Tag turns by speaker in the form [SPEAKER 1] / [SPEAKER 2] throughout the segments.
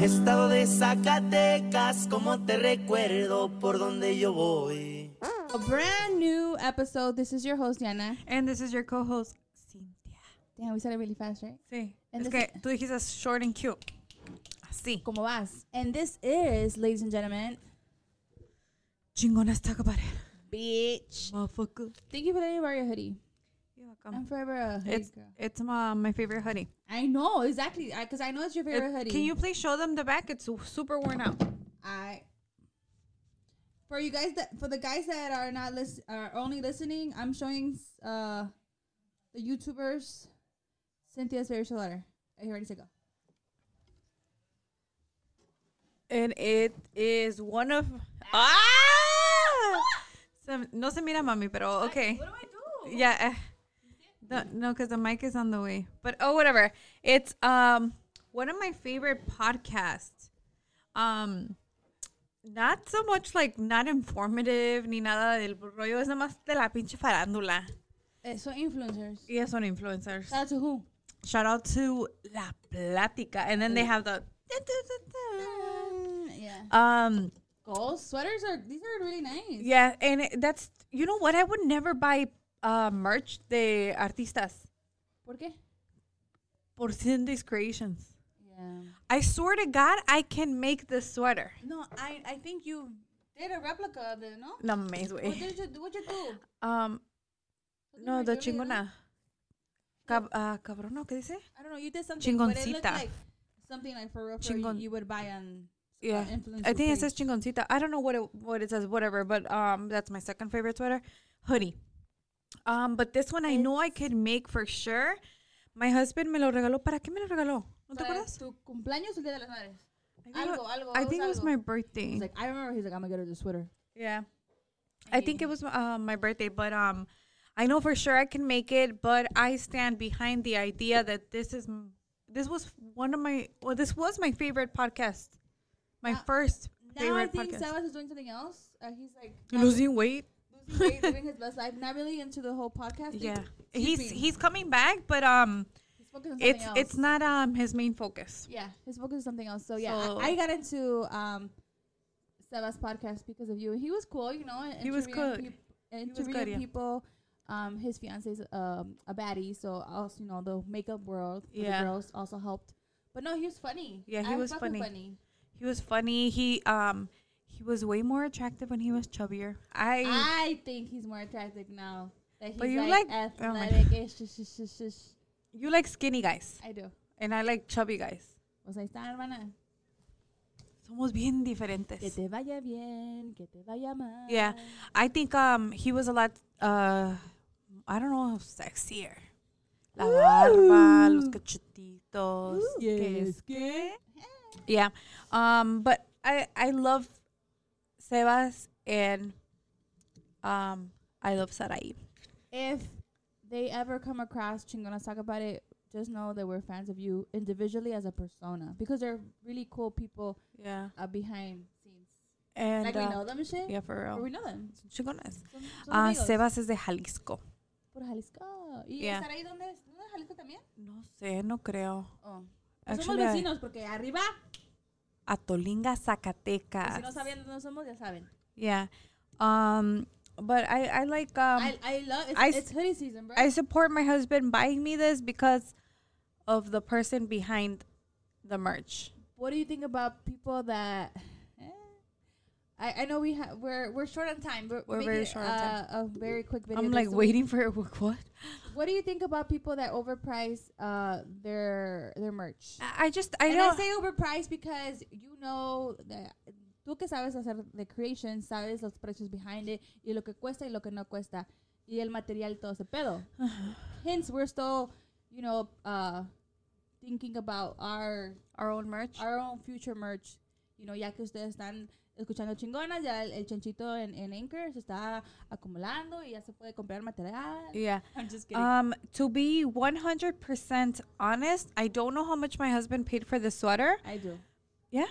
[SPEAKER 1] Estado de Zacatecas, como te recuerdo por donde yo voy.
[SPEAKER 2] A brand new episode. This is your host, Yana.
[SPEAKER 3] And this is your co-host, Cintia.
[SPEAKER 2] Damn, we said it really fast, right?
[SPEAKER 3] Sí.
[SPEAKER 2] And this-
[SPEAKER 3] es que tú dijiste short and cute. Así.
[SPEAKER 2] Como vas? And this is, ladies and gentlemen,
[SPEAKER 3] Chingonas talk about it.
[SPEAKER 2] bitch.
[SPEAKER 3] Motherfucker.
[SPEAKER 2] Thank you for letting me borrow your hoodie.
[SPEAKER 3] You're
[SPEAKER 2] I'm
[SPEAKER 3] welcome.
[SPEAKER 2] forever a hoodie
[SPEAKER 3] Um, It's,
[SPEAKER 2] girl.
[SPEAKER 3] it's my, my favorite hoodie.
[SPEAKER 2] I know exactly because I know it's your favorite
[SPEAKER 3] It-
[SPEAKER 2] hoodie.
[SPEAKER 3] Can you please show them the back? It's su- super worn out.
[SPEAKER 2] I for you guys that for the guys that are not listen are only listening, I'm showing uh the YouTubers Cynthia's favorite letter. Are you ready to go?
[SPEAKER 3] And it is one of... Ah! Se- no se mira, mami, pero okay.
[SPEAKER 2] do I
[SPEAKER 3] Yeah. eh. No, no, because the mic is on the way. But oh, whatever. It's um one of my favorite podcasts. Um, not so much like not informative ni nada del rollo. Es nada más de la pinche farándula.
[SPEAKER 2] so Eh, influencers.
[SPEAKER 3] Y son influencers.
[SPEAKER 2] Shout out to who?
[SPEAKER 3] Shout out to La Plática, and then they have the.
[SPEAKER 2] Yeah.
[SPEAKER 3] Um.
[SPEAKER 2] Goals sweaters are these are really nice.
[SPEAKER 3] Yeah, and it, that's you know what I would never buy uh, merch de artistas
[SPEAKER 2] ¿Por qué?
[SPEAKER 3] por Cindy's Creations.
[SPEAKER 2] Yeah.
[SPEAKER 3] I swear to God, I can make this sweater.
[SPEAKER 2] No, I I think you did a replica of it, no?
[SPEAKER 3] No mames,
[SPEAKER 2] What
[SPEAKER 3] güey.
[SPEAKER 2] did you do? What you do?
[SPEAKER 3] Um, Eh. no, the
[SPEAKER 2] the
[SPEAKER 3] chingona. Cab ah, cabrona, ¿qué dice?
[SPEAKER 2] I don't know. You did something. But it looked
[SPEAKER 3] Chingoncita.
[SPEAKER 2] like something like for real, for real
[SPEAKER 3] Chingon-
[SPEAKER 2] you would buy on.
[SPEAKER 3] Yeah.
[SPEAKER 2] influencer
[SPEAKER 3] I think
[SPEAKER 2] page.
[SPEAKER 3] it says chingoncita. I don't know what it what it says, whatever. But um, that's my second favorite sweater, hoodie. Um, but this one I know I could make for sure. My husband me lo regaló. ¿Para qué me lo regaló? ¿No te
[SPEAKER 2] Para
[SPEAKER 3] acuerdas?
[SPEAKER 2] Tu cumpleaños o el día de las madres.
[SPEAKER 3] I think
[SPEAKER 2] algo,
[SPEAKER 3] it-
[SPEAKER 2] algo,
[SPEAKER 3] I
[SPEAKER 2] algo,
[SPEAKER 3] think it was
[SPEAKER 2] algo.
[SPEAKER 3] my birthday.
[SPEAKER 2] He's like, I remember. He's like, I'm gonna get her this sweater.
[SPEAKER 3] Yeah. I think it was uh, my birthday, but um, I know for sure I can make it. But I stand behind the idea that this is m- this was one of my well, this was my favorite podcast, my
[SPEAKER 2] Now-
[SPEAKER 3] first
[SPEAKER 2] Now
[SPEAKER 3] favorite
[SPEAKER 2] I think
[SPEAKER 3] podcast.
[SPEAKER 2] Sebas is doing something else. Uh, he's like not
[SPEAKER 3] Losing weight,
[SPEAKER 2] really- losing weight, living his best life. Not really into the whole podcast. thing.
[SPEAKER 3] yeah, he's
[SPEAKER 2] Sleeping.
[SPEAKER 3] he's coming back, but um,
[SPEAKER 2] He's focused on something
[SPEAKER 3] it's
[SPEAKER 2] else.
[SPEAKER 3] it's not um his main focus.
[SPEAKER 2] Yeah, his focus is something else. So yeah,
[SPEAKER 3] So-
[SPEAKER 2] I, I got into um, Sebas podcast because of you. He was cool, you know. and
[SPEAKER 3] He was
[SPEAKER 2] interviewing
[SPEAKER 3] good.
[SPEAKER 2] peop-
[SPEAKER 3] was
[SPEAKER 2] interviewing
[SPEAKER 3] good, yeah.
[SPEAKER 2] people. Um, his fiance's um a baddie, so also you know the makeup world. for
[SPEAKER 3] Yeah.
[SPEAKER 2] the girls also helped. But no, he was funny.
[SPEAKER 3] Yeah, he
[SPEAKER 2] I
[SPEAKER 3] was
[SPEAKER 2] fuck with
[SPEAKER 3] funny.
[SPEAKER 2] funny.
[SPEAKER 3] He was funny. He um he was way more attractive when he was chubbier. I
[SPEAKER 2] I think he's more attractive now that he's
[SPEAKER 3] But you
[SPEAKER 2] like,
[SPEAKER 3] like- oh my
[SPEAKER 2] athletic. ish, ish, ish, ish, ish.
[SPEAKER 3] you like skinny guys,
[SPEAKER 2] I do.
[SPEAKER 3] and I like chubby guys.
[SPEAKER 2] Was ahí está, hermana.
[SPEAKER 3] Somos bien diferentes.
[SPEAKER 2] Que te vaya bien, que te vaya mal.
[SPEAKER 3] Yeah, I think um he was a lot uh I don't know sexier. La barba, los cachetitos. que es que- Yeah. Um, but I I love Sebas and um I love Sarai.
[SPEAKER 2] if they ever come across Chingonas talk about it, just know that we're fans of you individually as a persona because they're really cool people
[SPEAKER 3] Yeah.
[SPEAKER 2] uh, behind scenes.
[SPEAKER 3] And
[SPEAKER 2] like
[SPEAKER 3] uh,
[SPEAKER 2] we know them and shit.
[SPEAKER 3] yeah, for
[SPEAKER 2] Or we
[SPEAKER 3] real.
[SPEAKER 2] know them.
[SPEAKER 3] Chingonas.
[SPEAKER 2] Son, son
[SPEAKER 3] Ah,
[SPEAKER 2] amigos.
[SPEAKER 3] Sebas es de Jalisco.
[SPEAKER 2] Por Jalisco. ¿Y
[SPEAKER 3] Yeah.
[SPEAKER 2] estar ahí donde es? ¿No es Jalisco también?
[SPEAKER 3] No sé, no creo.
[SPEAKER 2] Oh.
[SPEAKER 3] Actually,
[SPEAKER 2] somos
[SPEAKER 3] I-
[SPEAKER 2] vecinos porque arriba,
[SPEAKER 3] Atolinga,
[SPEAKER 2] y
[SPEAKER 3] Zacatecas.
[SPEAKER 2] si no sabían dónde somos, ya saben.
[SPEAKER 3] Yeah. Um but I I like um
[SPEAKER 2] I, I love it's,
[SPEAKER 3] I s-
[SPEAKER 2] it's hoodie season, bro.
[SPEAKER 3] I support my husband buying me this because of the person behind the merch.
[SPEAKER 2] what do you think about people that? eh, I, I know we have we're we're short on time. We're,
[SPEAKER 3] We're
[SPEAKER 2] making,
[SPEAKER 3] very short on time.
[SPEAKER 2] uh, A very quick video.
[SPEAKER 3] I'm
[SPEAKER 2] just
[SPEAKER 3] like
[SPEAKER 2] so we
[SPEAKER 3] waiting for it. What?
[SPEAKER 2] What do you think about people that overprice uh, their their merch?
[SPEAKER 3] I I just I
[SPEAKER 2] and I
[SPEAKER 3] don't.
[SPEAKER 2] say overpriced because you know that tú que sabes hacer de creation, sabes los precios behind it y lo que cuesta y lo que no cuesta y el material y todo ese pedo. Hence, we're still, you know, uh, thinking about our
[SPEAKER 3] our own merch.
[SPEAKER 2] our own future merch. You know, ya que ustedes están escuchando chingonas, ya el, el chanchito en, en Anchor se está acumulando y ya se puede comprar material.
[SPEAKER 3] yeah.
[SPEAKER 2] I'm just kidding.
[SPEAKER 3] Um. To be 100% honest, I don't know how much my husband paid for the sweater.
[SPEAKER 2] I do.
[SPEAKER 3] Yeah.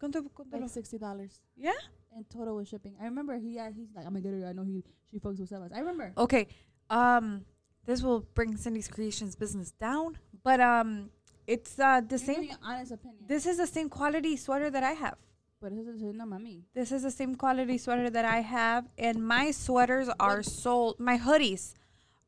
[SPEAKER 3] Cuánto- cuánto
[SPEAKER 2] Like
[SPEAKER 3] lo-
[SPEAKER 2] sixty dollars.
[SPEAKER 3] Yeah.
[SPEAKER 2] and total with shipping. I remember he yeah, he's like, I'm gonna get her. I know he she fucks with Sebas. I remember.
[SPEAKER 3] Oh, Okay. Um. This will bring Cindy's Creations business down, but um, it's uh, the
[SPEAKER 2] Give me
[SPEAKER 3] same.
[SPEAKER 2] your honest opinion.
[SPEAKER 3] This is the same quality sweater that I have.
[SPEAKER 2] Por eso te estoy diciendo, mami.
[SPEAKER 3] This is the same quality sweater that I have, and my sweaters are sold. My hoodies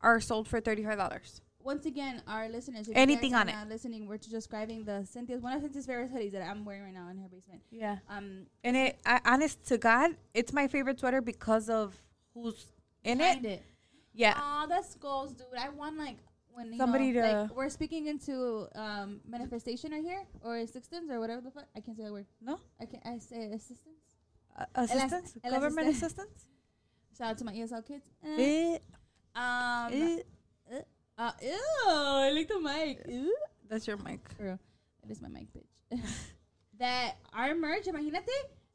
[SPEAKER 3] are sold for thirty-five dollars.
[SPEAKER 2] Once again, our listeners, if you
[SPEAKER 3] Anything
[SPEAKER 2] guys
[SPEAKER 3] on
[SPEAKER 2] are
[SPEAKER 3] it.
[SPEAKER 2] not listening, we're just describing the Cynthia's one of Cynthia's favorite hoodies that I'm wearing right now in her basement.
[SPEAKER 3] Yeah,
[SPEAKER 2] Um,
[SPEAKER 3] and it. I, honest to God, it's my favorite sweater because of who's in it.
[SPEAKER 2] find it.
[SPEAKER 3] Yeah,
[SPEAKER 2] Oh, that's goals, dude. I want like when you
[SPEAKER 3] Somebody
[SPEAKER 2] know,
[SPEAKER 3] to-
[SPEAKER 2] like, we're speaking into um manifestation right here or assistance or whatever the fuck. I can't say that word.
[SPEAKER 3] no
[SPEAKER 2] I can't. I say assistance.
[SPEAKER 3] uh, assistance,
[SPEAKER 2] el
[SPEAKER 3] government
[SPEAKER 2] asisten-
[SPEAKER 3] assistance.
[SPEAKER 2] Shout out to my ESL kids. Eh.
[SPEAKER 3] Eh,
[SPEAKER 2] Um.
[SPEAKER 3] eh.
[SPEAKER 2] eh, uh, ew! I like the mic. Ew.
[SPEAKER 3] That's your mic.
[SPEAKER 2] Girl, that is my mic, bitch. that our merch, imagínate,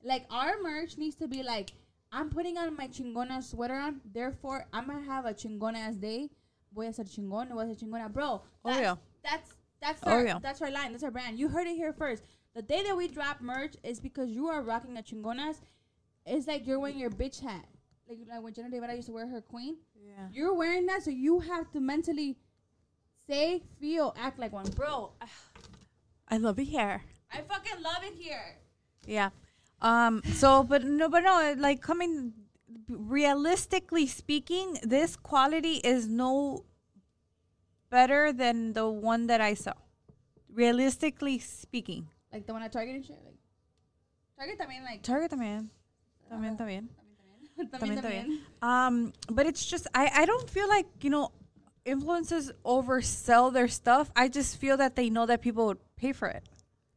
[SPEAKER 2] like our merch needs to be like, I'm putting on my chingona sweater on, therefore I'm gonna have a chingona ass day. Voy a ser chingón, voy a ser chingona, bro. That's,
[SPEAKER 3] Obvio.
[SPEAKER 2] That's that's
[SPEAKER 3] Oh,
[SPEAKER 2] our,
[SPEAKER 3] yeah.
[SPEAKER 2] that's our line. That's our brand. You heard it here first. The day that we drop merch is because you are rocking a chingonas. It's like you're wearing your bitch hat. Like, like when Jenna Rivera used to wear her queen.
[SPEAKER 3] Yeah.
[SPEAKER 2] You're wearing that, so you have to mentally say, feel, act like one. Bro,
[SPEAKER 3] I love it here.
[SPEAKER 2] I fucking love it here.
[SPEAKER 3] Yeah. Um. So, but no, but no. it, Like coming, realistically speaking, this quality is no better than the one that I saw. Realistically speaking,
[SPEAKER 2] Like the one at Target and shit. Like Target también like
[SPEAKER 3] Target también, también, también,
[SPEAKER 2] también
[SPEAKER 3] también,
[SPEAKER 2] también.
[SPEAKER 3] también.
[SPEAKER 2] también.
[SPEAKER 3] Um. But it's just I. I don't feel like you know influencers oversell their stuff. I just feel that they know that people would pay for it.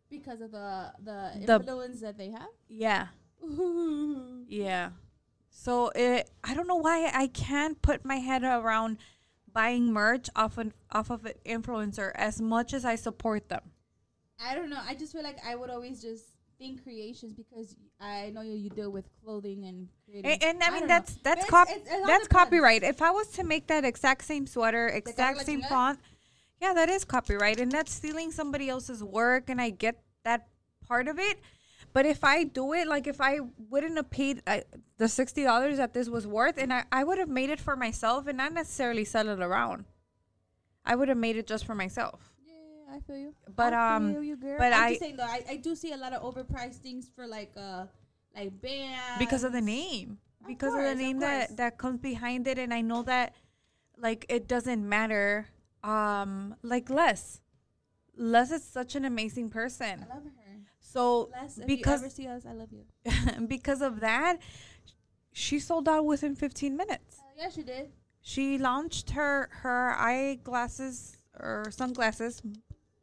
[SPEAKER 2] Because of the the
[SPEAKER 3] The-
[SPEAKER 2] influence that they have.
[SPEAKER 3] Yeah.
[SPEAKER 2] Ooh.
[SPEAKER 3] Yeah. So it, I don't know why I can't put my head around buying merch off of, off of an influencer as much as I support them.
[SPEAKER 2] I don't know. I just feel like I would always just think creations because I know you, you deal with clothing and creating.
[SPEAKER 3] And, and I mean
[SPEAKER 2] don't know.
[SPEAKER 3] that's that's
[SPEAKER 2] But
[SPEAKER 3] cop-
[SPEAKER 2] it's- it's- it all
[SPEAKER 3] that's
[SPEAKER 2] depends.
[SPEAKER 3] copyright. If I was to make that exact same sweater,
[SPEAKER 2] la
[SPEAKER 3] exact same
[SPEAKER 2] chingada.
[SPEAKER 3] font, yeah, that is copyright, and that's stealing somebody else's work. And I get that part of it, but if I do it, like if I wouldn't have paid uh, the sixty dollars that this was worth, and I, I would have made it for myself, and not necessarily sell it around. I would have made it just for myself.
[SPEAKER 2] Yeah, yeah, yeah, I feel you.
[SPEAKER 3] But,
[SPEAKER 2] I
[SPEAKER 3] um,
[SPEAKER 2] feel you, girl.
[SPEAKER 3] but
[SPEAKER 2] I'm
[SPEAKER 3] I-
[SPEAKER 2] just saying though, I, I do see a lot of overpriced things for like uh like bands
[SPEAKER 3] because of the name
[SPEAKER 2] Of
[SPEAKER 3] because of
[SPEAKER 2] course,
[SPEAKER 3] the
[SPEAKER 2] of
[SPEAKER 3] name
[SPEAKER 2] course.
[SPEAKER 3] that that comes behind it and i know that like it doesn't matter um like les les is such an amazing person
[SPEAKER 2] I love her.
[SPEAKER 3] so
[SPEAKER 2] Les, if you ever
[SPEAKER 3] because
[SPEAKER 2] see us, I love you.
[SPEAKER 3] because of that she sold out within 15 minutes
[SPEAKER 2] Hell yeah, she did.
[SPEAKER 3] she launched her her eyeglasses or sunglasses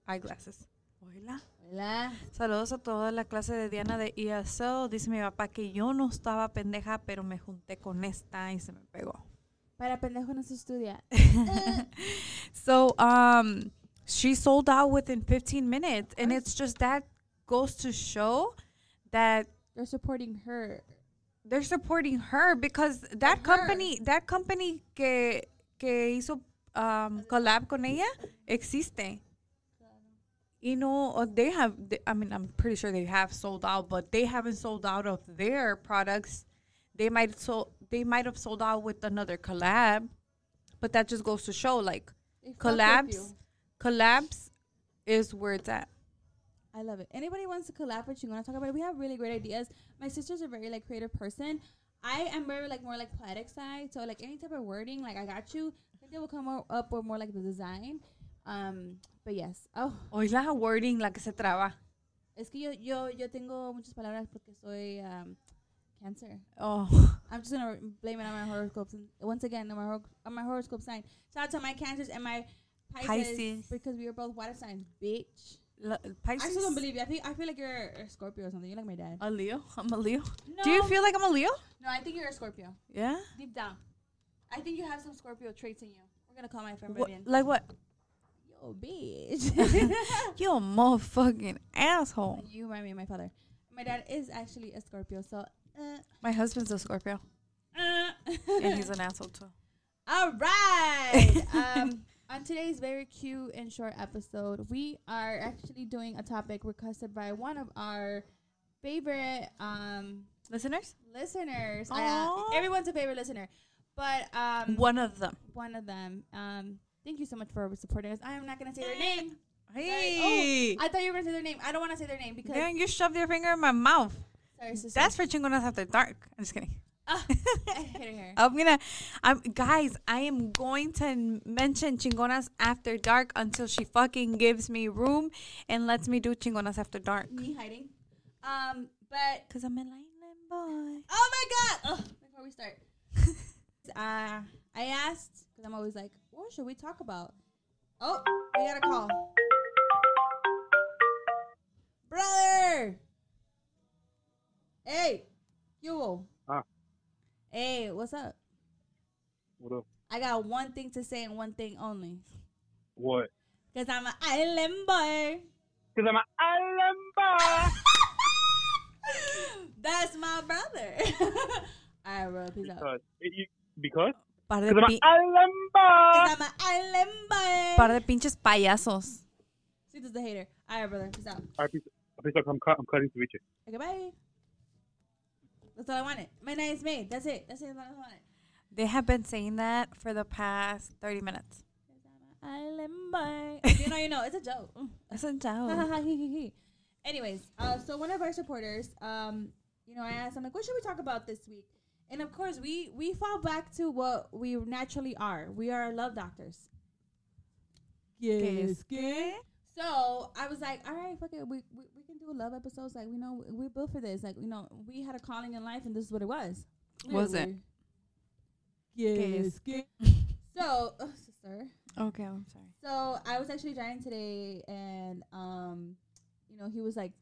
[SPEAKER 3] eyeglasses Hola.
[SPEAKER 2] Hola.
[SPEAKER 3] Saludos a toda la clase de Diana de ESL. Dice mi papá que yo no estaba pendeja, pero me junté con esta y se me pegó.
[SPEAKER 2] Para pendejo no se estudia.
[SPEAKER 3] So, um, she sold out within 15 minutes, and it's just that goes to show that
[SPEAKER 2] They're supporting her.
[SPEAKER 3] they're supporting her because that
[SPEAKER 2] Her.
[SPEAKER 3] company, that company que que hizo um, collab con ella existe. You know, uh, they have. th- I mean, I'm pretty sure they have sold out, but they haven't sold out of their products. They might so they might have sold out with another collab, but that just goes to show like
[SPEAKER 2] They fuck with
[SPEAKER 3] collabs,
[SPEAKER 2] you.
[SPEAKER 3] collabs is where it's at.
[SPEAKER 2] I love it. Anybody wants to collab with Chingona, talk about it. We have really great ideas. My sister's a very like creative person. I am very like more like poetic side. So like any type of wording, like I got you. I think they will come o- up with more like the design. Um, but yes. Oh,
[SPEAKER 3] Hoy la wording la que se traba.
[SPEAKER 2] es que yo yo yo tengo muchas palabras porque soy um, cancer.
[SPEAKER 3] Oh,
[SPEAKER 2] I'm just gonna blame it on my horoscopes and once again on my hor- on my horoscope sign. Shout out to my cancers and my Pisces,
[SPEAKER 3] Pisces.
[SPEAKER 2] because we are both water signs, bitch.
[SPEAKER 3] la,
[SPEAKER 2] I
[SPEAKER 3] Pisces.
[SPEAKER 2] still don't believe you. I think I feel like you're a Scorpio or something. You're like my dad.
[SPEAKER 3] A Leo? I'm a Leo.
[SPEAKER 2] No,
[SPEAKER 3] Do you feel like I'm a Leo?
[SPEAKER 2] no, I think you're a Scorpio
[SPEAKER 3] Yeah.
[SPEAKER 2] deep down. I think you have some Scorpio traits in you. We're gonna call my friend
[SPEAKER 3] What,
[SPEAKER 2] Vivian.
[SPEAKER 3] like what?
[SPEAKER 2] Yo, bitch.
[SPEAKER 3] You a motherfucking asshole.
[SPEAKER 2] you remind me of my father. My dad is actually a Scorpio, so. Uh,
[SPEAKER 3] My husband's a Scorpio,
[SPEAKER 2] uh.
[SPEAKER 3] and he's an asshole too.
[SPEAKER 2] All right. um, on today's very cute and short episode, we are actually doing a topic requested by one of our favorite um,
[SPEAKER 3] Listeners?
[SPEAKER 2] listeners. I, uh,
[SPEAKER 3] Aw.
[SPEAKER 2] everyone's a favorite listener, but um,
[SPEAKER 3] One of them.
[SPEAKER 2] one of them. Um, thank you so much for supporting us. I am not going to say their name. Oh,
[SPEAKER 3] Hey.
[SPEAKER 2] I thought you were gonna say their name. I don't want to say their name because
[SPEAKER 3] Man, you shoved your finger in my mouth.
[SPEAKER 2] sorry, sister.
[SPEAKER 3] That's for chingonas after dark. I'm just kidding.
[SPEAKER 2] Ah, hit her here.
[SPEAKER 3] I'm gonna, I'm guys. I am going to mention chingonas after dark until she fucking gives me room and lets me do chingonas after dark.
[SPEAKER 2] Me hiding. Um, but
[SPEAKER 3] Cause I'm an island boy.
[SPEAKER 2] oh my god! Ugh, before we start, uh, I asked because I'm always like, what should we talk about? Oh, we got a call. Brother. Hey, you.
[SPEAKER 4] Ah.
[SPEAKER 2] Hey, what's up?
[SPEAKER 4] What up?
[SPEAKER 2] I got one thing to say and one thing only.
[SPEAKER 4] What?
[SPEAKER 2] Cause I'm an island boy.
[SPEAKER 4] Because I'm an island
[SPEAKER 2] That's my brother. All right, bro. Peace
[SPEAKER 4] boy.
[SPEAKER 2] out.
[SPEAKER 4] Because, it, you, because?
[SPEAKER 3] Par de,
[SPEAKER 4] 'Cause I'm an
[SPEAKER 3] pi-
[SPEAKER 4] island boy.
[SPEAKER 2] 'Cause I'm an island boy.
[SPEAKER 3] par de pinches payasos.
[SPEAKER 2] See, this is the hater. All right, brother. Peace out.
[SPEAKER 4] All right, please, please, I'm, cut, I'm cutting ceviche.
[SPEAKER 2] Okay, bye. That's all I wanted. My night is made. That's it. That's it. That's all I wanted.
[SPEAKER 3] They have been saying that for the past 30 minutes.
[SPEAKER 2] 'Cause I'm an island boy. you know, you know. It's a joke. Mm.
[SPEAKER 3] That's a joke.
[SPEAKER 2] Anyways, uh, so one of our supporters, um, you know, I asked, I'm like, what should we talk about this week? And of course, we we fall back to what we naturally are. We are love doctors.
[SPEAKER 3] Yes,
[SPEAKER 2] So I was like, all right, fuck it, we, we, we can do love episodes. Like, we know, we're built for this. Like, you know, we had a calling in life, and this is what it was.
[SPEAKER 3] Was it?
[SPEAKER 2] Literally. So, ugh, sister.
[SPEAKER 3] Okay, I'm sorry.
[SPEAKER 2] So I was actually driving today, and um, you know, he was like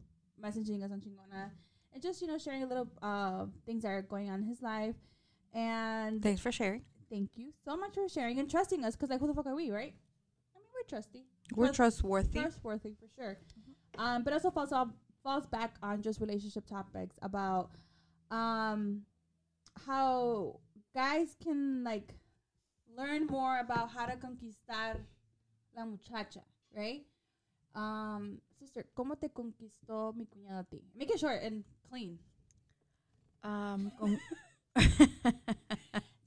[SPEAKER 2] messaging us on Chingona, and just you know, sharing a little uh things that are going on in his life. And
[SPEAKER 3] Thanks for sharing.
[SPEAKER 2] thank you so much for sharing and trusting us, because like, who the fuck are we, right? I mean, we're trusty,
[SPEAKER 3] We're
[SPEAKER 2] Trust-
[SPEAKER 3] trustworthy.
[SPEAKER 2] trustworthy for sure. Um, but also falls off, falls back on just relationship topics about um how guys can like learn more about how to conquistar la muchacha, right? Um, sister, ¿cómo te conquistó mi cuñado a ti? Make it short and clean.
[SPEAKER 3] Um, con-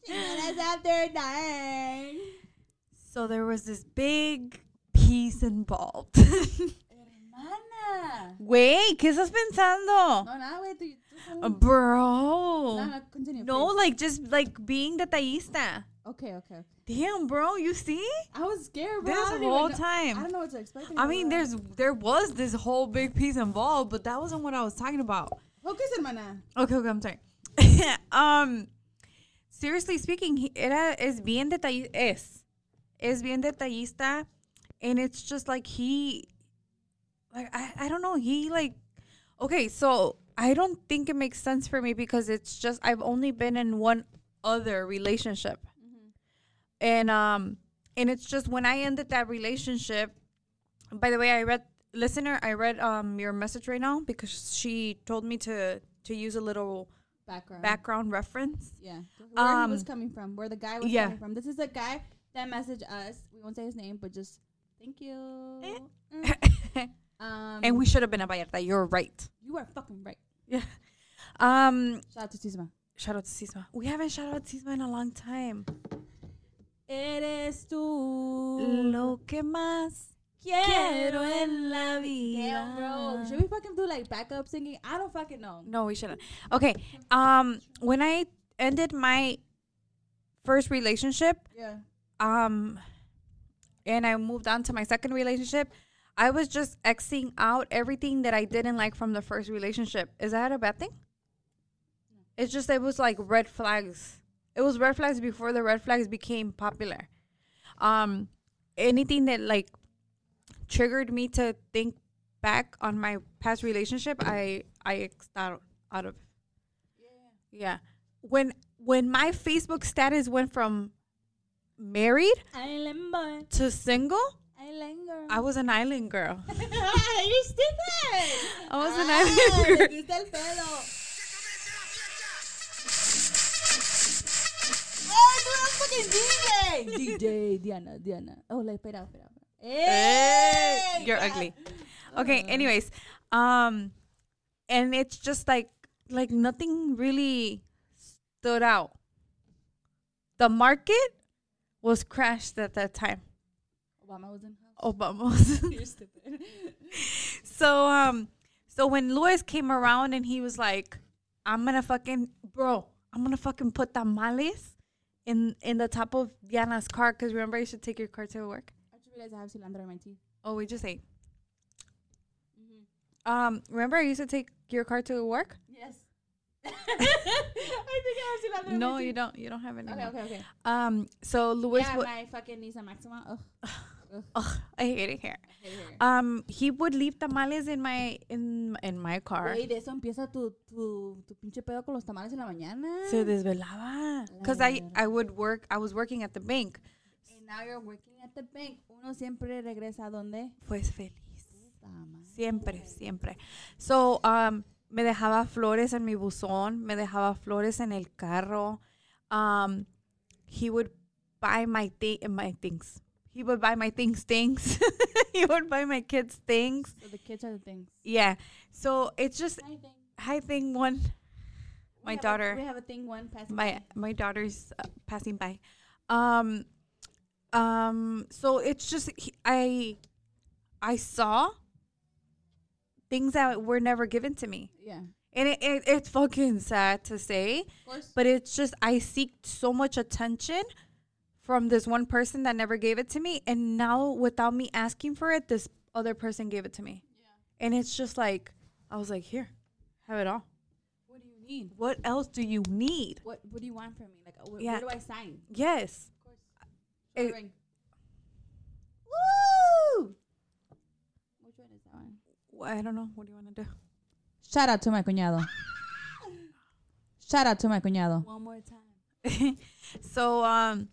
[SPEAKER 2] Chingadas after dark.
[SPEAKER 3] so there was this big piece involved.
[SPEAKER 2] Hermana.
[SPEAKER 3] Wait, ¿qué estás pensando?
[SPEAKER 2] No, nada, güey. tú- tú sabes.
[SPEAKER 3] Uh,
[SPEAKER 2] No,
[SPEAKER 3] Bro.
[SPEAKER 2] no, continue.
[SPEAKER 3] No,
[SPEAKER 2] please.
[SPEAKER 3] like just like being detallista.
[SPEAKER 2] Okay, okay.
[SPEAKER 3] Damn, bro, you see?
[SPEAKER 2] I was scared, bro. I
[SPEAKER 3] This
[SPEAKER 2] don't even
[SPEAKER 3] whole
[SPEAKER 2] know-
[SPEAKER 3] time.
[SPEAKER 2] I don't know what to expect.
[SPEAKER 3] I mean, there's there was this whole big piece involved, but that wasn't what I was talking about.
[SPEAKER 2] Focus, hermana.
[SPEAKER 3] Okay, okay, I'm sorry. um, seriously speaking, he, era es bien detallista. Es es bien detallista, and it's just like he, like I, I don't know. He like, okay, so I don't think it makes sense for me because it's just I've only been in one other relationship, and um, and it's just when I ended that relationship. By the way, I read listener. I read um your message right now because she told me to to use a little
[SPEAKER 2] Background.
[SPEAKER 3] background reference.
[SPEAKER 2] Yeah. Where he was
[SPEAKER 3] Um,
[SPEAKER 2] coming from, where the guy was
[SPEAKER 3] yeah.
[SPEAKER 2] coming from. This is the guy that messaged us. We won't say his name, but just thank you. Mm. um,
[SPEAKER 3] and we should have been a Vallarta. You're right.
[SPEAKER 2] you are fucking right.
[SPEAKER 3] Yeah. Um.
[SPEAKER 2] Shout out to Tizma.
[SPEAKER 3] Shout out to Sisma. We haven't shout out Sisma in a long time.
[SPEAKER 2] Eres tú.
[SPEAKER 3] Lo que más quiero
[SPEAKER 2] Quiero.
[SPEAKER 3] en la
[SPEAKER 2] Damn, bro. Should
[SPEAKER 3] vida.
[SPEAKER 2] we fucking do like backup singing? I don't fucking know.
[SPEAKER 3] No, we shouldn't. Okay. Um. When I ended my first relationship,
[SPEAKER 2] Yeah.
[SPEAKER 3] um and I moved on to my second relationship, I was just Xing out everything that I didn't like from the first relationship. Is that a bad thing? It's just it was like red flags. It was red flags before the red flags became popular. Um anything that like triggered me to think back on my past relationship, I I Xed out out of yeah. When when my Facebook status went from married
[SPEAKER 2] Island boy.
[SPEAKER 3] to single,
[SPEAKER 2] Island girl.
[SPEAKER 3] I was an island girl.
[SPEAKER 2] You're stupid.
[SPEAKER 3] I was an
[SPEAKER 2] Ah,
[SPEAKER 3] island
[SPEAKER 2] le
[SPEAKER 3] girl.
[SPEAKER 2] diste el pedo. ¡Ay, tú eres fucking DJ! DJ, Diana, Diana. Oh, la espera, espera.
[SPEAKER 3] Hey,
[SPEAKER 2] ¡Ey!
[SPEAKER 3] You're
[SPEAKER 2] God.
[SPEAKER 3] ugly. Okay, anyways, um and it's just like like nothing really stood out. The market was crashed at that time.
[SPEAKER 2] Obama was in house.
[SPEAKER 3] Oh, vamos.
[SPEAKER 2] You're stupid.
[SPEAKER 3] so um so when Luis came around and he was like, I'm gonna fucking bro, I'm gonna fucking put tamales in in the top of Diana's car because remember you should take your car to work.
[SPEAKER 2] I just realized I have cilantro in my teeth.
[SPEAKER 3] Oh, we just ate. Um, remember I used to take your car to work?
[SPEAKER 2] Yes. I think I have cilantro. in
[SPEAKER 3] No,
[SPEAKER 2] my
[SPEAKER 3] you
[SPEAKER 2] teeth.
[SPEAKER 3] don't. You don't have any.
[SPEAKER 2] Okay, okay, okay.
[SPEAKER 3] Um, so Luis,
[SPEAKER 2] yeah,
[SPEAKER 3] would,
[SPEAKER 2] my fucking Nissan Maxima. Ugh.
[SPEAKER 3] Ugh, I hate it here.
[SPEAKER 2] I hate it here.
[SPEAKER 3] Um, he would leave tamales in my in in my car.
[SPEAKER 2] Güey, de eso empieza tu, tu, tu pinche pedo con los tamales en la mañana.
[SPEAKER 3] Se desvelaba. Cause I I would work. I was working at the bank.
[SPEAKER 2] And now you're working at the bank. Uno siempre regresa a donde.
[SPEAKER 3] Pues feliz.
[SPEAKER 2] Puta madre.
[SPEAKER 3] Siempre, siempre. So, um, me dejaba flores en mi buzón, me dejaba flores en el carro. Um, he would buy my thi- my things. He would buy my things, things. he would buy my kids things.
[SPEAKER 2] So the kids are the things.
[SPEAKER 3] Yeah. So it's just
[SPEAKER 2] I think
[SPEAKER 3] I think one.
[SPEAKER 2] we
[SPEAKER 3] My
[SPEAKER 2] have a-
[SPEAKER 3] daughter.
[SPEAKER 2] we have a thing one past
[SPEAKER 3] my my daughter's uh, passing by um um so it's just he- i i saw things that were never given to me
[SPEAKER 2] Yeah. Of
[SPEAKER 3] and it, it, it's fucking sad to say
[SPEAKER 2] course.
[SPEAKER 3] but it's just i seek so much attention from this one person that never gave it to me and now without me asking for it this other person gave it to me and it's just like i was like here have it all
[SPEAKER 2] what do you need?
[SPEAKER 3] what else do you need
[SPEAKER 2] What What do you want from me? Like, uh, wh-
[SPEAKER 3] Yeah.
[SPEAKER 2] where do I sign?
[SPEAKER 3] yes
[SPEAKER 2] Of course. Show
[SPEAKER 3] It-
[SPEAKER 2] the ring. Woo! ah, Which one is that one?
[SPEAKER 3] Well, I don't know. What do you want to do?
[SPEAKER 2] Shout out to my cuñado. Shout out to my cuñado.
[SPEAKER 3] One more time. so, um,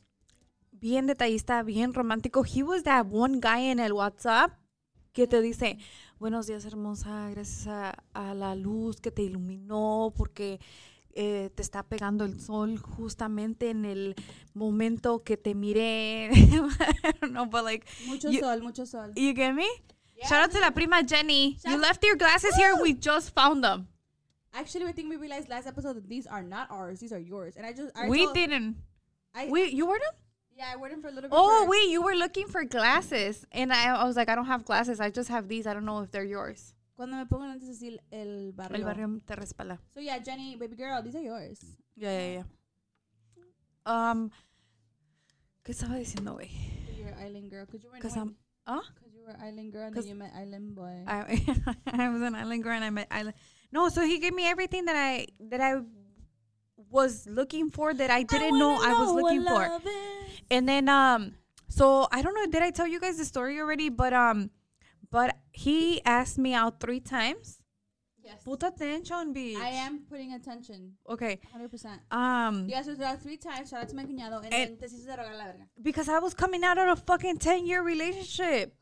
[SPEAKER 3] bien detallista, bien romántico. He was that one guy in el WhatsApp que te dice, buenos días hermosa, gracias a, a la luz que te iluminó porque eh, te está pegando el sol justamente en el momento que te miré. I don't know, but like,
[SPEAKER 2] Mucho
[SPEAKER 3] You-
[SPEAKER 2] sol, mucho sol.
[SPEAKER 3] you get me? Shout out to la prima Jenny. you
[SPEAKER 2] Shout-
[SPEAKER 3] left your glasses here. We just found them.
[SPEAKER 2] Actually, I think we realized last episode that these are not ours; these are yours. And I just I
[SPEAKER 3] we
[SPEAKER 2] told-
[SPEAKER 3] didn't.
[SPEAKER 2] I,
[SPEAKER 3] We you were them?
[SPEAKER 2] yeah, I waited for a little bit.
[SPEAKER 3] Oh
[SPEAKER 2] first.
[SPEAKER 3] wait, you were looking for glasses, and I, I was like, I don't have glasses. I just have these. I don't know if they're yours.
[SPEAKER 2] Cuando me pongo antes así el barrio.
[SPEAKER 3] te respalda.
[SPEAKER 2] So yeah, Jenny, baby girl, these are yours.
[SPEAKER 3] Yeah, yeah, yeah. Um, ¿qué estaba diciendo, güey?
[SPEAKER 2] You're an island girl, cause you were.
[SPEAKER 3] Cause I'm, ah,
[SPEAKER 2] Because you were island girl and
[SPEAKER 3] 'Cause
[SPEAKER 2] then you met island boy.
[SPEAKER 3] I, I was an island girl, and I met island. No, so he gave me everything that I that I was looking for that I didn't know I was looking for. And then um so I don't know did I tell you guys the story already but um but he asked me out 3 times.
[SPEAKER 2] Yes.
[SPEAKER 3] Puta attention bitch.
[SPEAKER 2] I am putting attention,
[SPEAKER 3] Okay.
[SPEAKER 2] 100. percent
[SPEAKER 3] Um
[SPEAKER 2] You guys was there three times. Shout out to my cuñado, and
[SPEAKER 3] Eh.
[SPEAKER 2] then this is de rogar la verga.
[SPEAKER 3] because I was coming out of a fucking 10 year relationship.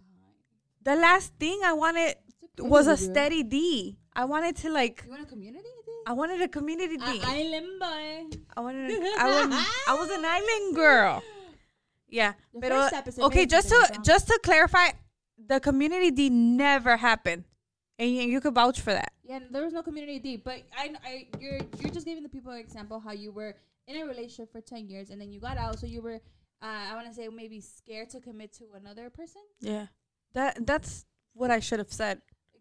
[SPEAKER 3] The last thing I wanted
[SPEAKER 2] It's okay,
[SPEAKER 3] was a
[SPEAKER 2] baby girl.
[SPEAKER 3] steady D. I wanted to like
[SPEAKER 2] You want a community?
[SPEAKER 3] I wanted a community D.
[SPEAKER 2] thing? A island boy.
[SPEAKER 3] I wanted. to- I was. I was an island girl. Yeah,
[SPEAKER 2] The
[SPEAKER 3] pero
[SPEAKER 2] first step is
[SPEAKER 3] okay.
[SPEAKER 2] admitting that
[SPEAKER 3] Just to
[SPEAKER 2] you're wrong.
[SPEAKER 3] just to clarify, the community D never happened, and you, you could vouch for that.
[SPEAKER 2] Yeah, there was no community D, but I, I, you're, you're just giving the people an example how you were in a relationship for ten years and then you got out, so you were, uh, I want to say maybe scared to commit to another person.
[SPEAKER 3] Yeah, that that's what I should have said.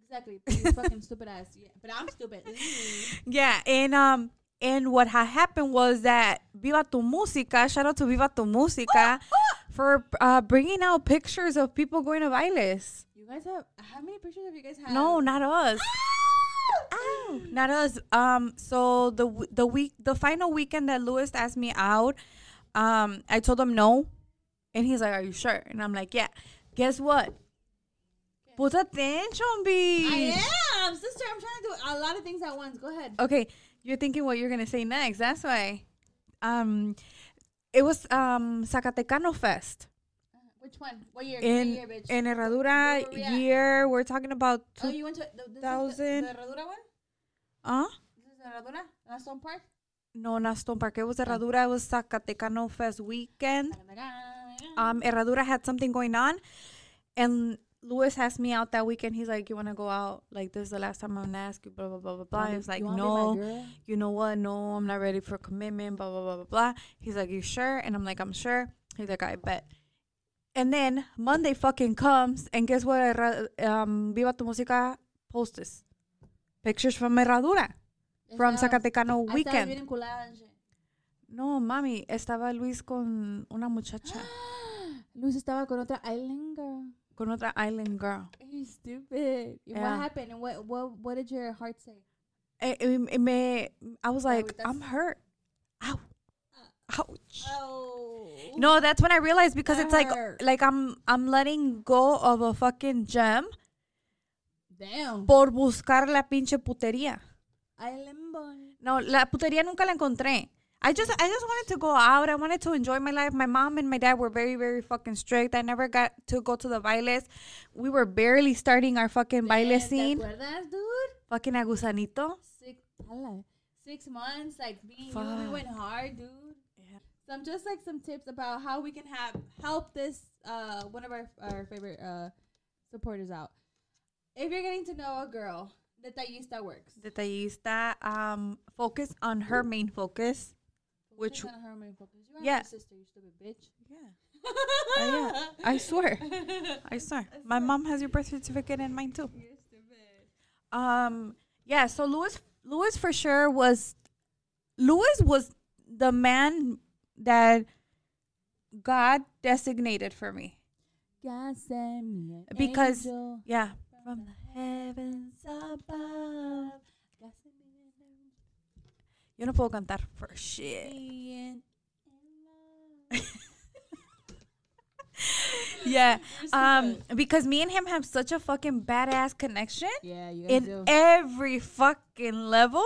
[SPEAKER 2] Exactly, but you fucking stupid ass. Yeah, but I'm stupid. Mm.
[SPEAKER 3] Yeah, and um, and what had happened was that Viva Tu Música, shout out to Viva Tu
[SPEAKER 2] Oh,
[SPEAKER 3] Música for uh, bringing out pictures of people going to bailes.
[SPEAKER 2] You guys have how many pictures have you guys had?
[SPEAKER 3] No, not us.
[SPEAKER 2] Oh.
[SPEAKER 3] Ow. Not us. Um. So the w- the week the final weekend that Lewis asked me out, um, I told him no, and he's like, "Are you sure?" And I'm like, "Yeah." Guess what? Put attention, bitch.
[SPEAKER 2] I am sister. I'm trying to do a lot of things at once. Go ahead.
[SPEAKER 3] Okay, you're thinking what you're gonna say next. That's why. Um, it was um Zacatecano Fest
[SPEAKER 2] Which one? What year?
[SPEAKER 3] in
[SPEAKER 2] what year, bitch?
[SPEAKER 3] in
[SPEAKER 2] Where
[SPEAKER 3] Herradura
[SPEAKER 2] were we at?
[SPEAKER 3] year. We're talking about two.
[SPEAKER 2] Oh, you went to the, this is the-
[SPEAKER 3] 2000.
[SPEAKER 2] the Herradura one.
[SPEAKER 3] huh?
[SPEAKER 2] This is the Herradura. Last one part.
[SPEAKER 3] No, not Stone Park. It was
[SPEAKER 2] Oh.
[SPEAKER 3] Herradura. It was Zacatecano Fest weekend. Um, Herradura had something going on, and Luis asked me out that weekend. He's like, "You want to go out? Like this is the last time I'm gonna ask you." Blah blah blah blah blah. I was like, "No, you know what? No, I'm not ready for commitment." Blah blah blah blah blah. He's like, "You sure?" And I'm like, "I'm sure." He's like, "I bet." And then Monday fucking comes, and guess what? I ra- um, Viva tu música posts this. pictures from Herradura from
[SPEAKER 2] Estaba- ahí
[SPEAKER 3] Zacatecano
[SPEAKER 2] estaba bien
[SPEAKER 3] weekend.
[SPEAKER 2] enculada, Angie.
[SPEAKER 3] No, mami, estaba Luis con una muchacha,
[SPEAKER 2] Luis estaba con otra island girl.
[SPEAKER 3] con otra island girl.
[SPEAKER 2] You stupid.
[SPEAKER 3] Yeah.
[SPEAKER 2] What happened? And what, what what did your heart say?
[SPEAKER 3] Eh, eh, eh, me, I was like,
[SPEAKER 2] Agüitas.
[SPEAKER 3] I'm hurt. Ow, ouch.
[SPEAKER 2] Oh.
[SPEAKER 3] No, that's when I realized because it's like
[SPEAKER 2] Arr.
[SPEAKER 3] like I'm I'm letting go of a fucking gem
[SPEAKER 2] Damn.
[SPEAKER 3] por buscar la pinche putería.
[SPEAKER 2] Island boy.
[SPEAKER 3] No, la putería nunca la encontré. I just I just wanted to go out. I wanted to enjoy my life. My mom and my dad were very very fucking strict. I never got to go to the bailes. We were barely starting our fucking baile
[SPEAKER 2] Eh, ¿Te
[SPEAKER 3] scene.
[SPEAKER 2] acuerdas, dude?
[SPEAKER 3] Fucking agusanito.
[SPEAKER 2] Six, ala, six months, like being you, we went hard, dude.
[SPEAKER 3] Yeah.
[SPEAKER 2] Some just like some tips about how we can have help this uh one of our our favorite uh supporters out. If you're getting to know a girl, the tallista works.
[SPEAKER 3] Detallista. Um, focus on her main focus, which
[SPEAKER 2] Focus on her main focus. You are
[SPEAKER 3] Yeah.
[SPEAKER 2] my sister, you stupid bitch.
[SPEAKER 3] yeah. Oh, yeah. I swear. I swear. My mom has your birth certificate and mine too.
[SPEAKER 2] You're stupid.
[SPEAKER 3] Um, yeah. So Lewis, Lewis for sure was, Lewis was the man that God designated for me
[SPEAKER 2] God sent me an
[SPEAKER 3] because
[SPEAKER 2] angel.
[SPEAKER 3] yeah, from the heavens above.
[SPEAKER 2] God sent me an angel.
[SPEAKER 3] Yo no puedo cantar for shit.
[SPEAKER 2] Being in love.
[SPEAKER 3] Yeah.
[SPEAKER 2] You're
[SPEAKER 3] Um,
[SPEAKER 2] stupid.
[SPEAKER 3] because me and him have such a fucking badass connection.
[SPEAKER 2] yeah, you guys
[SPEAKER 3] in
[SPEAKER 2] do.
[SPEAKER 3] every fucking level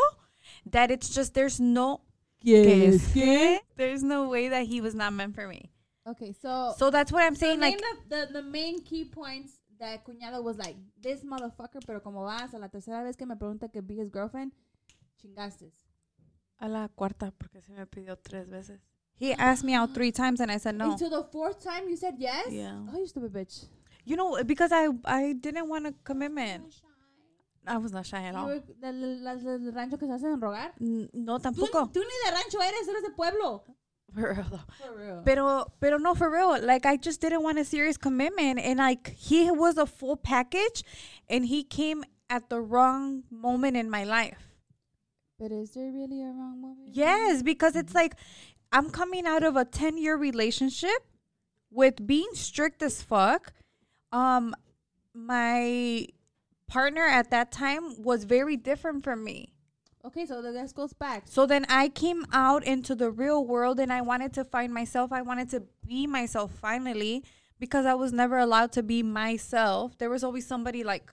[SPEAKER 3] that it's just there's no there's no way that he was not meant for me.
[SPEAKER 2] Okay, so
[SPEAKER 3] So that's what I'm
[SPEAKER 2] So
[SPEAKER 3] saying. Like,
[SPEAKER 2] name the, the, the main key points that cuñado was like, this motherfucker, pero como vas a la tercera vez que me pregunta que be his girlfriend, chingaste.
[SPEAKER 3] a la cuarta porque se me pidió tres veces. He asked me out three times and I said no.
[SPEAKER 2] Until the fourth time you said yes?
[SPEAKER 3] Yeah.
[SPEAKER 2] Oh, you stupid bitch.
[SPEAKER 3] You know, because I I didn't want a commitment. I was not shy at
[SPEAKER 2] You
[SPEAKER 3] all.
[SPEAKER 2] were, the, the, the, the rancho que se hacen rogar.
[SPEAKER 3] N- No,
[SPEAKER 2] Tú,
[SPEAKER 3] tampoco.
[SPEAKER 2] tú ni de rancho eres, eres de pueblo.
[SPEAKER 3] For real though.
[SPEAKER 2] For real.
[SPEAKER 3] Pero, pero no, for real. Like, I just didn't want a serious commitment. And, like, he was a full package and he came at the wrong moment in my life.
[SPEAKER 2] But is there really a wrong woman?
[SPEAKER 3] Yes, because it's like I'm coming out of a 10 year relationship with being strict as fuck. Um, my partner at that time was very different from me.
[SPEAKER 2] Okay, so this goes back.
[SPEAKER 3] So then I came out into the real world and I wanted to find myself. I wanted to be myself finally because I was never allowed to be myself. There was always somebody like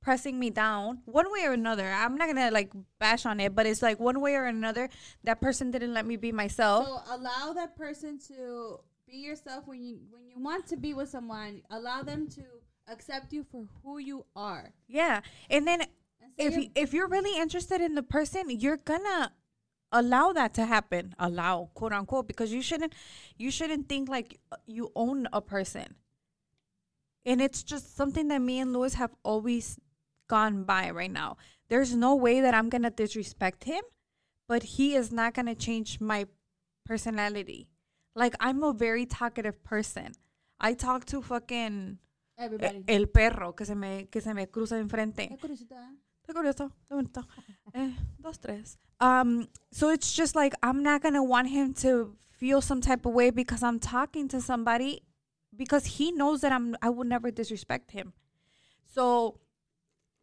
[SPEAKER 3] pressing me down one way or another. I'm not going to like bash on it, but it's like one way or another that person didn't let me be myself.
[SPEAKER 2] So allow that person to be yourself when you when you want to be with someone. Allow them to accept you for who you are.
[SPEAKER 3] Yeah. And then
[SPEAKER 2] And say
[SPEAKER 3] if
[SPEAKER 2] you're-
[SPEAKER 3] you, if you're really interested in the person, you're going to allow that to happen allow quote unquote because you shouldn't you shouldn't think like uh, you own a person and it's just something that me and Lewis have always gone by right now. There's no way that I'm gonna disrespect him, but he is not gonna change my personality. Like I'm a very talkative person. I talk to fucking
[SPEAKER 2] everybody.
[SPEAKER 3] Eh, el perro que se me que se me cruza enfrente.
[SPEAKER 2] Qué curiosidad.
[SPEAKER 3] Está curioso, está bonito. Eh, dos, tres. Um, so it's just like I'm not gonna want him to feel some type of way because I'm talking to somebody because he knows that I'm I would never disrespect him. So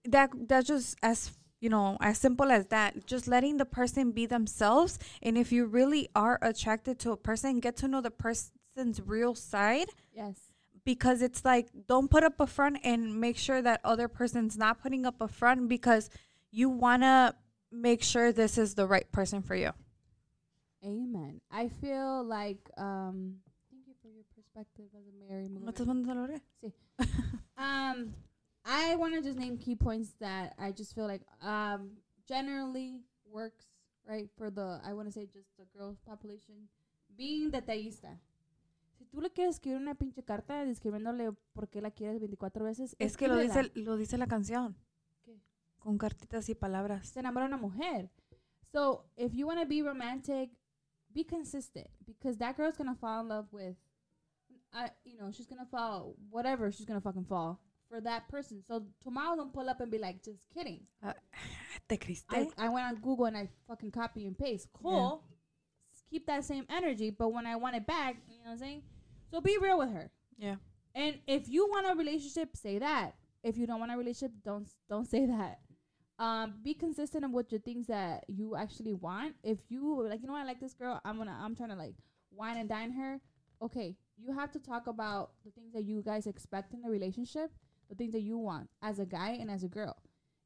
[SPEAKER 3] that that's just as you know, as simple as that. Just letting the person be themselves and if you really are attracted to a person, get to know the person's real side
[SPEAKER 2] Yes.
[SPEAKER 3] because it's like don't put up a front and make sure that other person's not putting up a front because you want to make sure this is the right person for you.
[SPEAKER 2] Amen. I feel like um thank you for your perspective as a married woman. Sí. um, I want to just name key points that I just feel like um generally works right for the I want to say just the girl population being detallista. Si tú le quieres escribir una pinche carta describiéndole por qué la quieres 24 veces,
[SPEAKER 3] Es que lo dice,
[SPEAKER 2] escríbela.
[SPEAKER 3] lo dice la canción.
[SPEAKER 2] ¿Qué?
[SPEAKER 3] Con cartitas y palabras.
[SPEAKER 2] se enamora una mujer. So if you want to be romantic, be consistent because that girl's gonna fall in love with I, you know, she's gonna fall. Whatever, she's gonna fucking fall for that person. So tomorrow, don't pull up and be like, just kidding.
[SPEAKER 3] Ah, ¿Te criste?
[SPEAKER 2] I, I went on Google and I fucking copy and paste. Cool. S- Keep that same energy, but when I want it back, you know what I'm saying? So be real with her.
[SPEAKER 3] yeah.
[SPEAKER 2] And if you want a relationship, say that. If you don't want a relationship, don't don't say that. Um, be consistent in what your things that you actually want. If you were like, you know, what, I like this girl. I'm gonna, I'm trying to like wine and dine her. Okay, you have to talk about the things that you guys expect in a relationship, the things that you want as a guy and as a girl.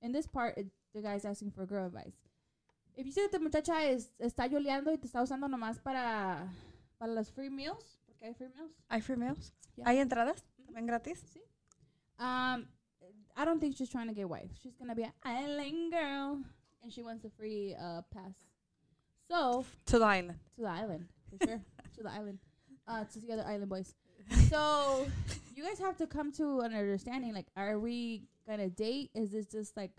[SPEAKER 2] In this part, it, the guy's asking for girl advice. If you see that the muchacha es, está yoleando y te está usando nomás para para los free meals, porque hay free meals.
[SPEAKER 3] ¿Hay free meals?
[SPEAKER 2] Yeah.
[SPEAKER 3] ¿Hay entradas? ¿También gratis?
[SPEAKER 2] Um, I don't think she's trying to get wife. She's gonna be an island girl, and she wants a free uh pass. So
[SPEAKER 3] To the island.
[SPEAKER 2] to the island for sure. to the island, uh, to the other island boys. So you guys have to come to an understanding. Like, are we gonna date? Is this just like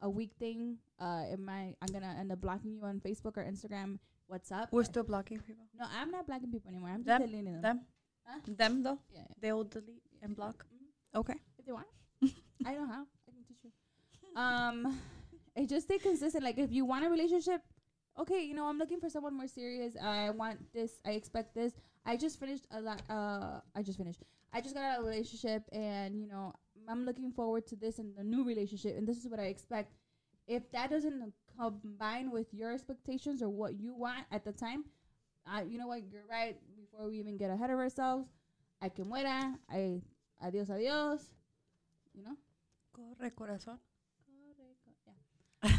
[SPEAKER 2] a week thing? Uh, am I? I'm gonna end up blocking you on Facebook or Instagram. What's up?
[SPEAKER 3] We're still blocking people.
[SPEAKER 2] no, I'm not blocking people anymore. I'm just
[SPEAKER 3] Them?
[SPEAKER 2] deleting them.
[SPEAKER 3] Them?
[SPEAKER 2] Huh?
[SPEAKER 3] Them though?
[SPEAKER 2] Yeah.
[SPEAKER 3] They will delete and block. Okay.
[SPEAKER 2] if they want. I know how. I can teach you. Um, it just stay consistent. Like if you want a relationship, okay, you know I'm looking for someone more serious. I want this. I expect this. I just finished a lot. Uh, I just finished. I just got out of a relationship, and you know I'm looking forward to this and the new relationship, and this is what I expect. If that doesn't combine with your expectations or what you want at the time, uh, you know what? You're right. Before we even get ahead of ourselves, I can muera. I adios, adios. You know.
[SPEAKER 3] Corre corazón.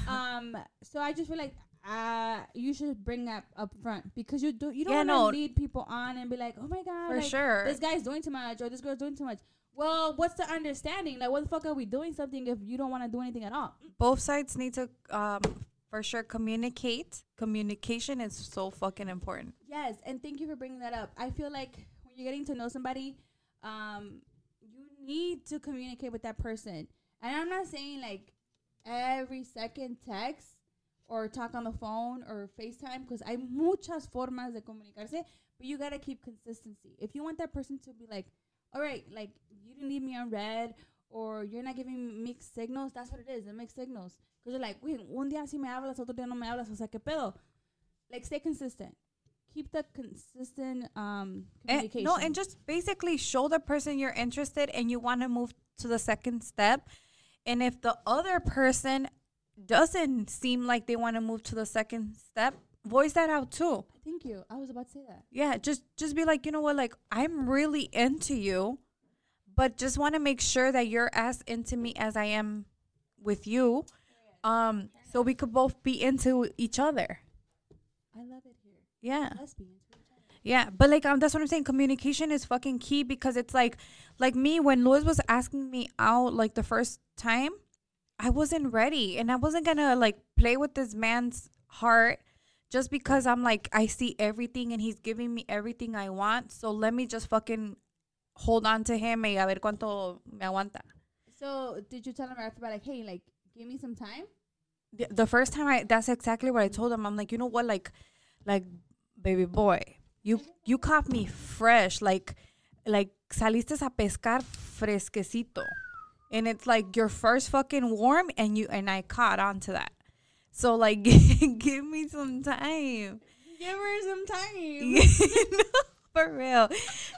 [SPEAKER 2] um. So I just feel like uh, you should bring that up front because you do you don't
[SPEAKER 3] Yeah,
[SPEAKER 2] want to
[SPEAKER 3] no.
[SPEAKER 2] lead people on and be like, oh my god,
[SPEAKER 3] For
[SPEAKER 2] like,
[SPEAKER 3] sure.
[SPEAKER 2] this guy's doing too much or this girl's doing too much. Well, what's the understanding? Like, what the fuck are we doing something if you don't want to do anything at all?
[SPEAKER 3] Both sides need to um for sure communicate. Communication is so fucking important.
[SPEAKER 2] Yes, and thank you for bringing that up. I feel like when you're getting to know somebody, um, you need to communicate with that person. And I'm not saying like every second text or talk on the phone or FaceTime because hay muchas formas de comunicarse, but you gotta keep consistency. If you want that person to be like, all right, like you didn't leave me on red or you're not giving mixed signals, that's what it is, the mixed signals. Because you're like, wait, un día sí me hablas, otro día no me hablas, o sea, ¿qué pedo? Like, stay consistent. Keep the consistent um,
[SPEAKER 3] And,
[SPEAKER 2] communication.
[SPEAKER 3] Eh, no, and just basically show the person you're interested and you want to move to the second step. And if the other person doesn't seem like they want to move to the second step, voice that out too.
[SPEAKER 2] Thank you. I was about to say that.
[SPEAKER 3] Yeah, just just be like, you know what, like I'm really into you, but just want to make sure that you're as into me as I am with you. Um, so we could both be into each other.
[SPEAKER 2] I love it here.
[SPEAKER 3] Yeah.
[SPEAKER 2] Let's be into each other.
[SPEAKER 3] Yeah, but like um, that's what I'm saying. Communication is fucking key because it's like, like me when Louis was asking me out like the first time, I wasn't ready and I wasn't gonna like play with this man's heart just because I'm like I see everything and he's giving me everything I want. So let me just fucking hold on to him and a ver cuánto me aguanta.
[SPEAKER 2] So, did you tell him right after, like, hey, like, give me some time?
[SPEAKER 3] the, the first time I that's exactly what I told him. I'm like, you know what, like, like, baby boy, you you caught me fresh, like, like saliste a pescar fresquecito, and it's like your first fucking warm, and you and I caught on to that. So like, give me some time.
[SPEAKER 2] Give her some time.
[SPEAKER 3] no, for real,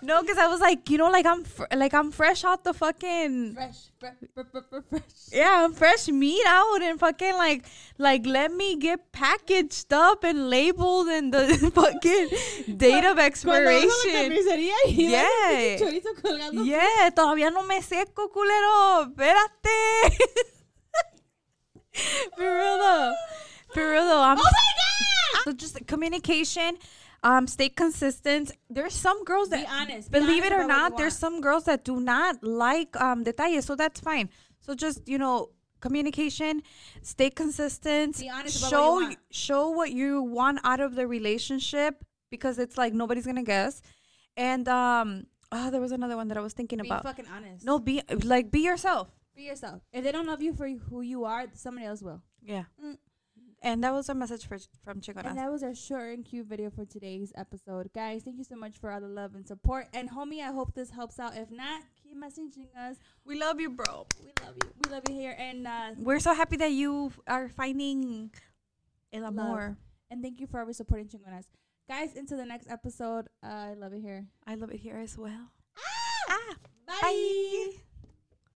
[SPEAKER 3] no, because I was like, you know, like I'm fr- like I'm fresh out the fucking
[SPEAKER 2] Fresh, fresh, fresh, fresh, fresh.
[SPEAKER 3] yeah, fresh meat out and fucking like like let me get packaged up and labeled and the fucking date
[SPEAKER 2] Cuando vas a
[SPEAKER 3] of
[SPEAKER 2] la
[SPEAKER 3] expiration.
[SPEAKER 2] carnicería y ves
[SPEAKER 3] Yeah.
[SPEAKER 2] el chorizo colgando.
[SPEAKER 3] Yeah, todavía no me seco, culero. Espérate. For real though. For real though. I'm, oh my god! So just communication. Um, stay consistent. There's some girls that
[SPEAKER 2] Be honest. Be
[SPEAKER 3] believe it
[SPEAKER 2] honest
[SPEAKER 3] or
[SPEAKER 2] about what you
[SPEAKER 3] not, there's
[SPEAKER 2] want.
[SPEAKER 3] some girls that do not like um detalles, so that's fine. So just you know, communication, stay consistent,
[SPEAKER 2] Be honest about what you
[SPEAKER 3] show
[SPEAKER 2] want.
[SPEAKER 3] show what you want out of the relationship because it's like nobody's gonna guess. And um, oh, there was another one that I was thinking
[SPEAKER 2] Be
[SPEAKER 3] about.
[SPEAKER 2] fucking honest.
[SPEAKER 3] no, be like be yourself.
[SPEAKER 2] Be yourself. If they don't love you for who you are, somebody else will.
[SPEAKER 3] Yeah.
[SPEAKER 2] Mm.
[SPEAKER 3] And that was a message for, from
[SPEAKER 2] And
[SPEAKER 3] Chingonas.
[SPEAKER 2] that was our short and cute video for today's episode. Guys, thank you so much for all the love and support. And homie, I hope this helps out. If not, keep messaging us.
[SPEAKER 3] We love you, bro.
[SPEAKER 2] We love you. We love you here. And uh,
[SPEAKER 3] We're so happy that you are finding el
[SPEAKER 2] Love.
[SPEAKER 3] amor.
[SPEAKER 2] and thank you for always supporting Chingonas. Guys, into the next episode. Uh, I love it here.
[SPEAKER 3] I love it here as well.
[SPEAKER 2] Ah!
[SPEAKER 3] Ah, bye.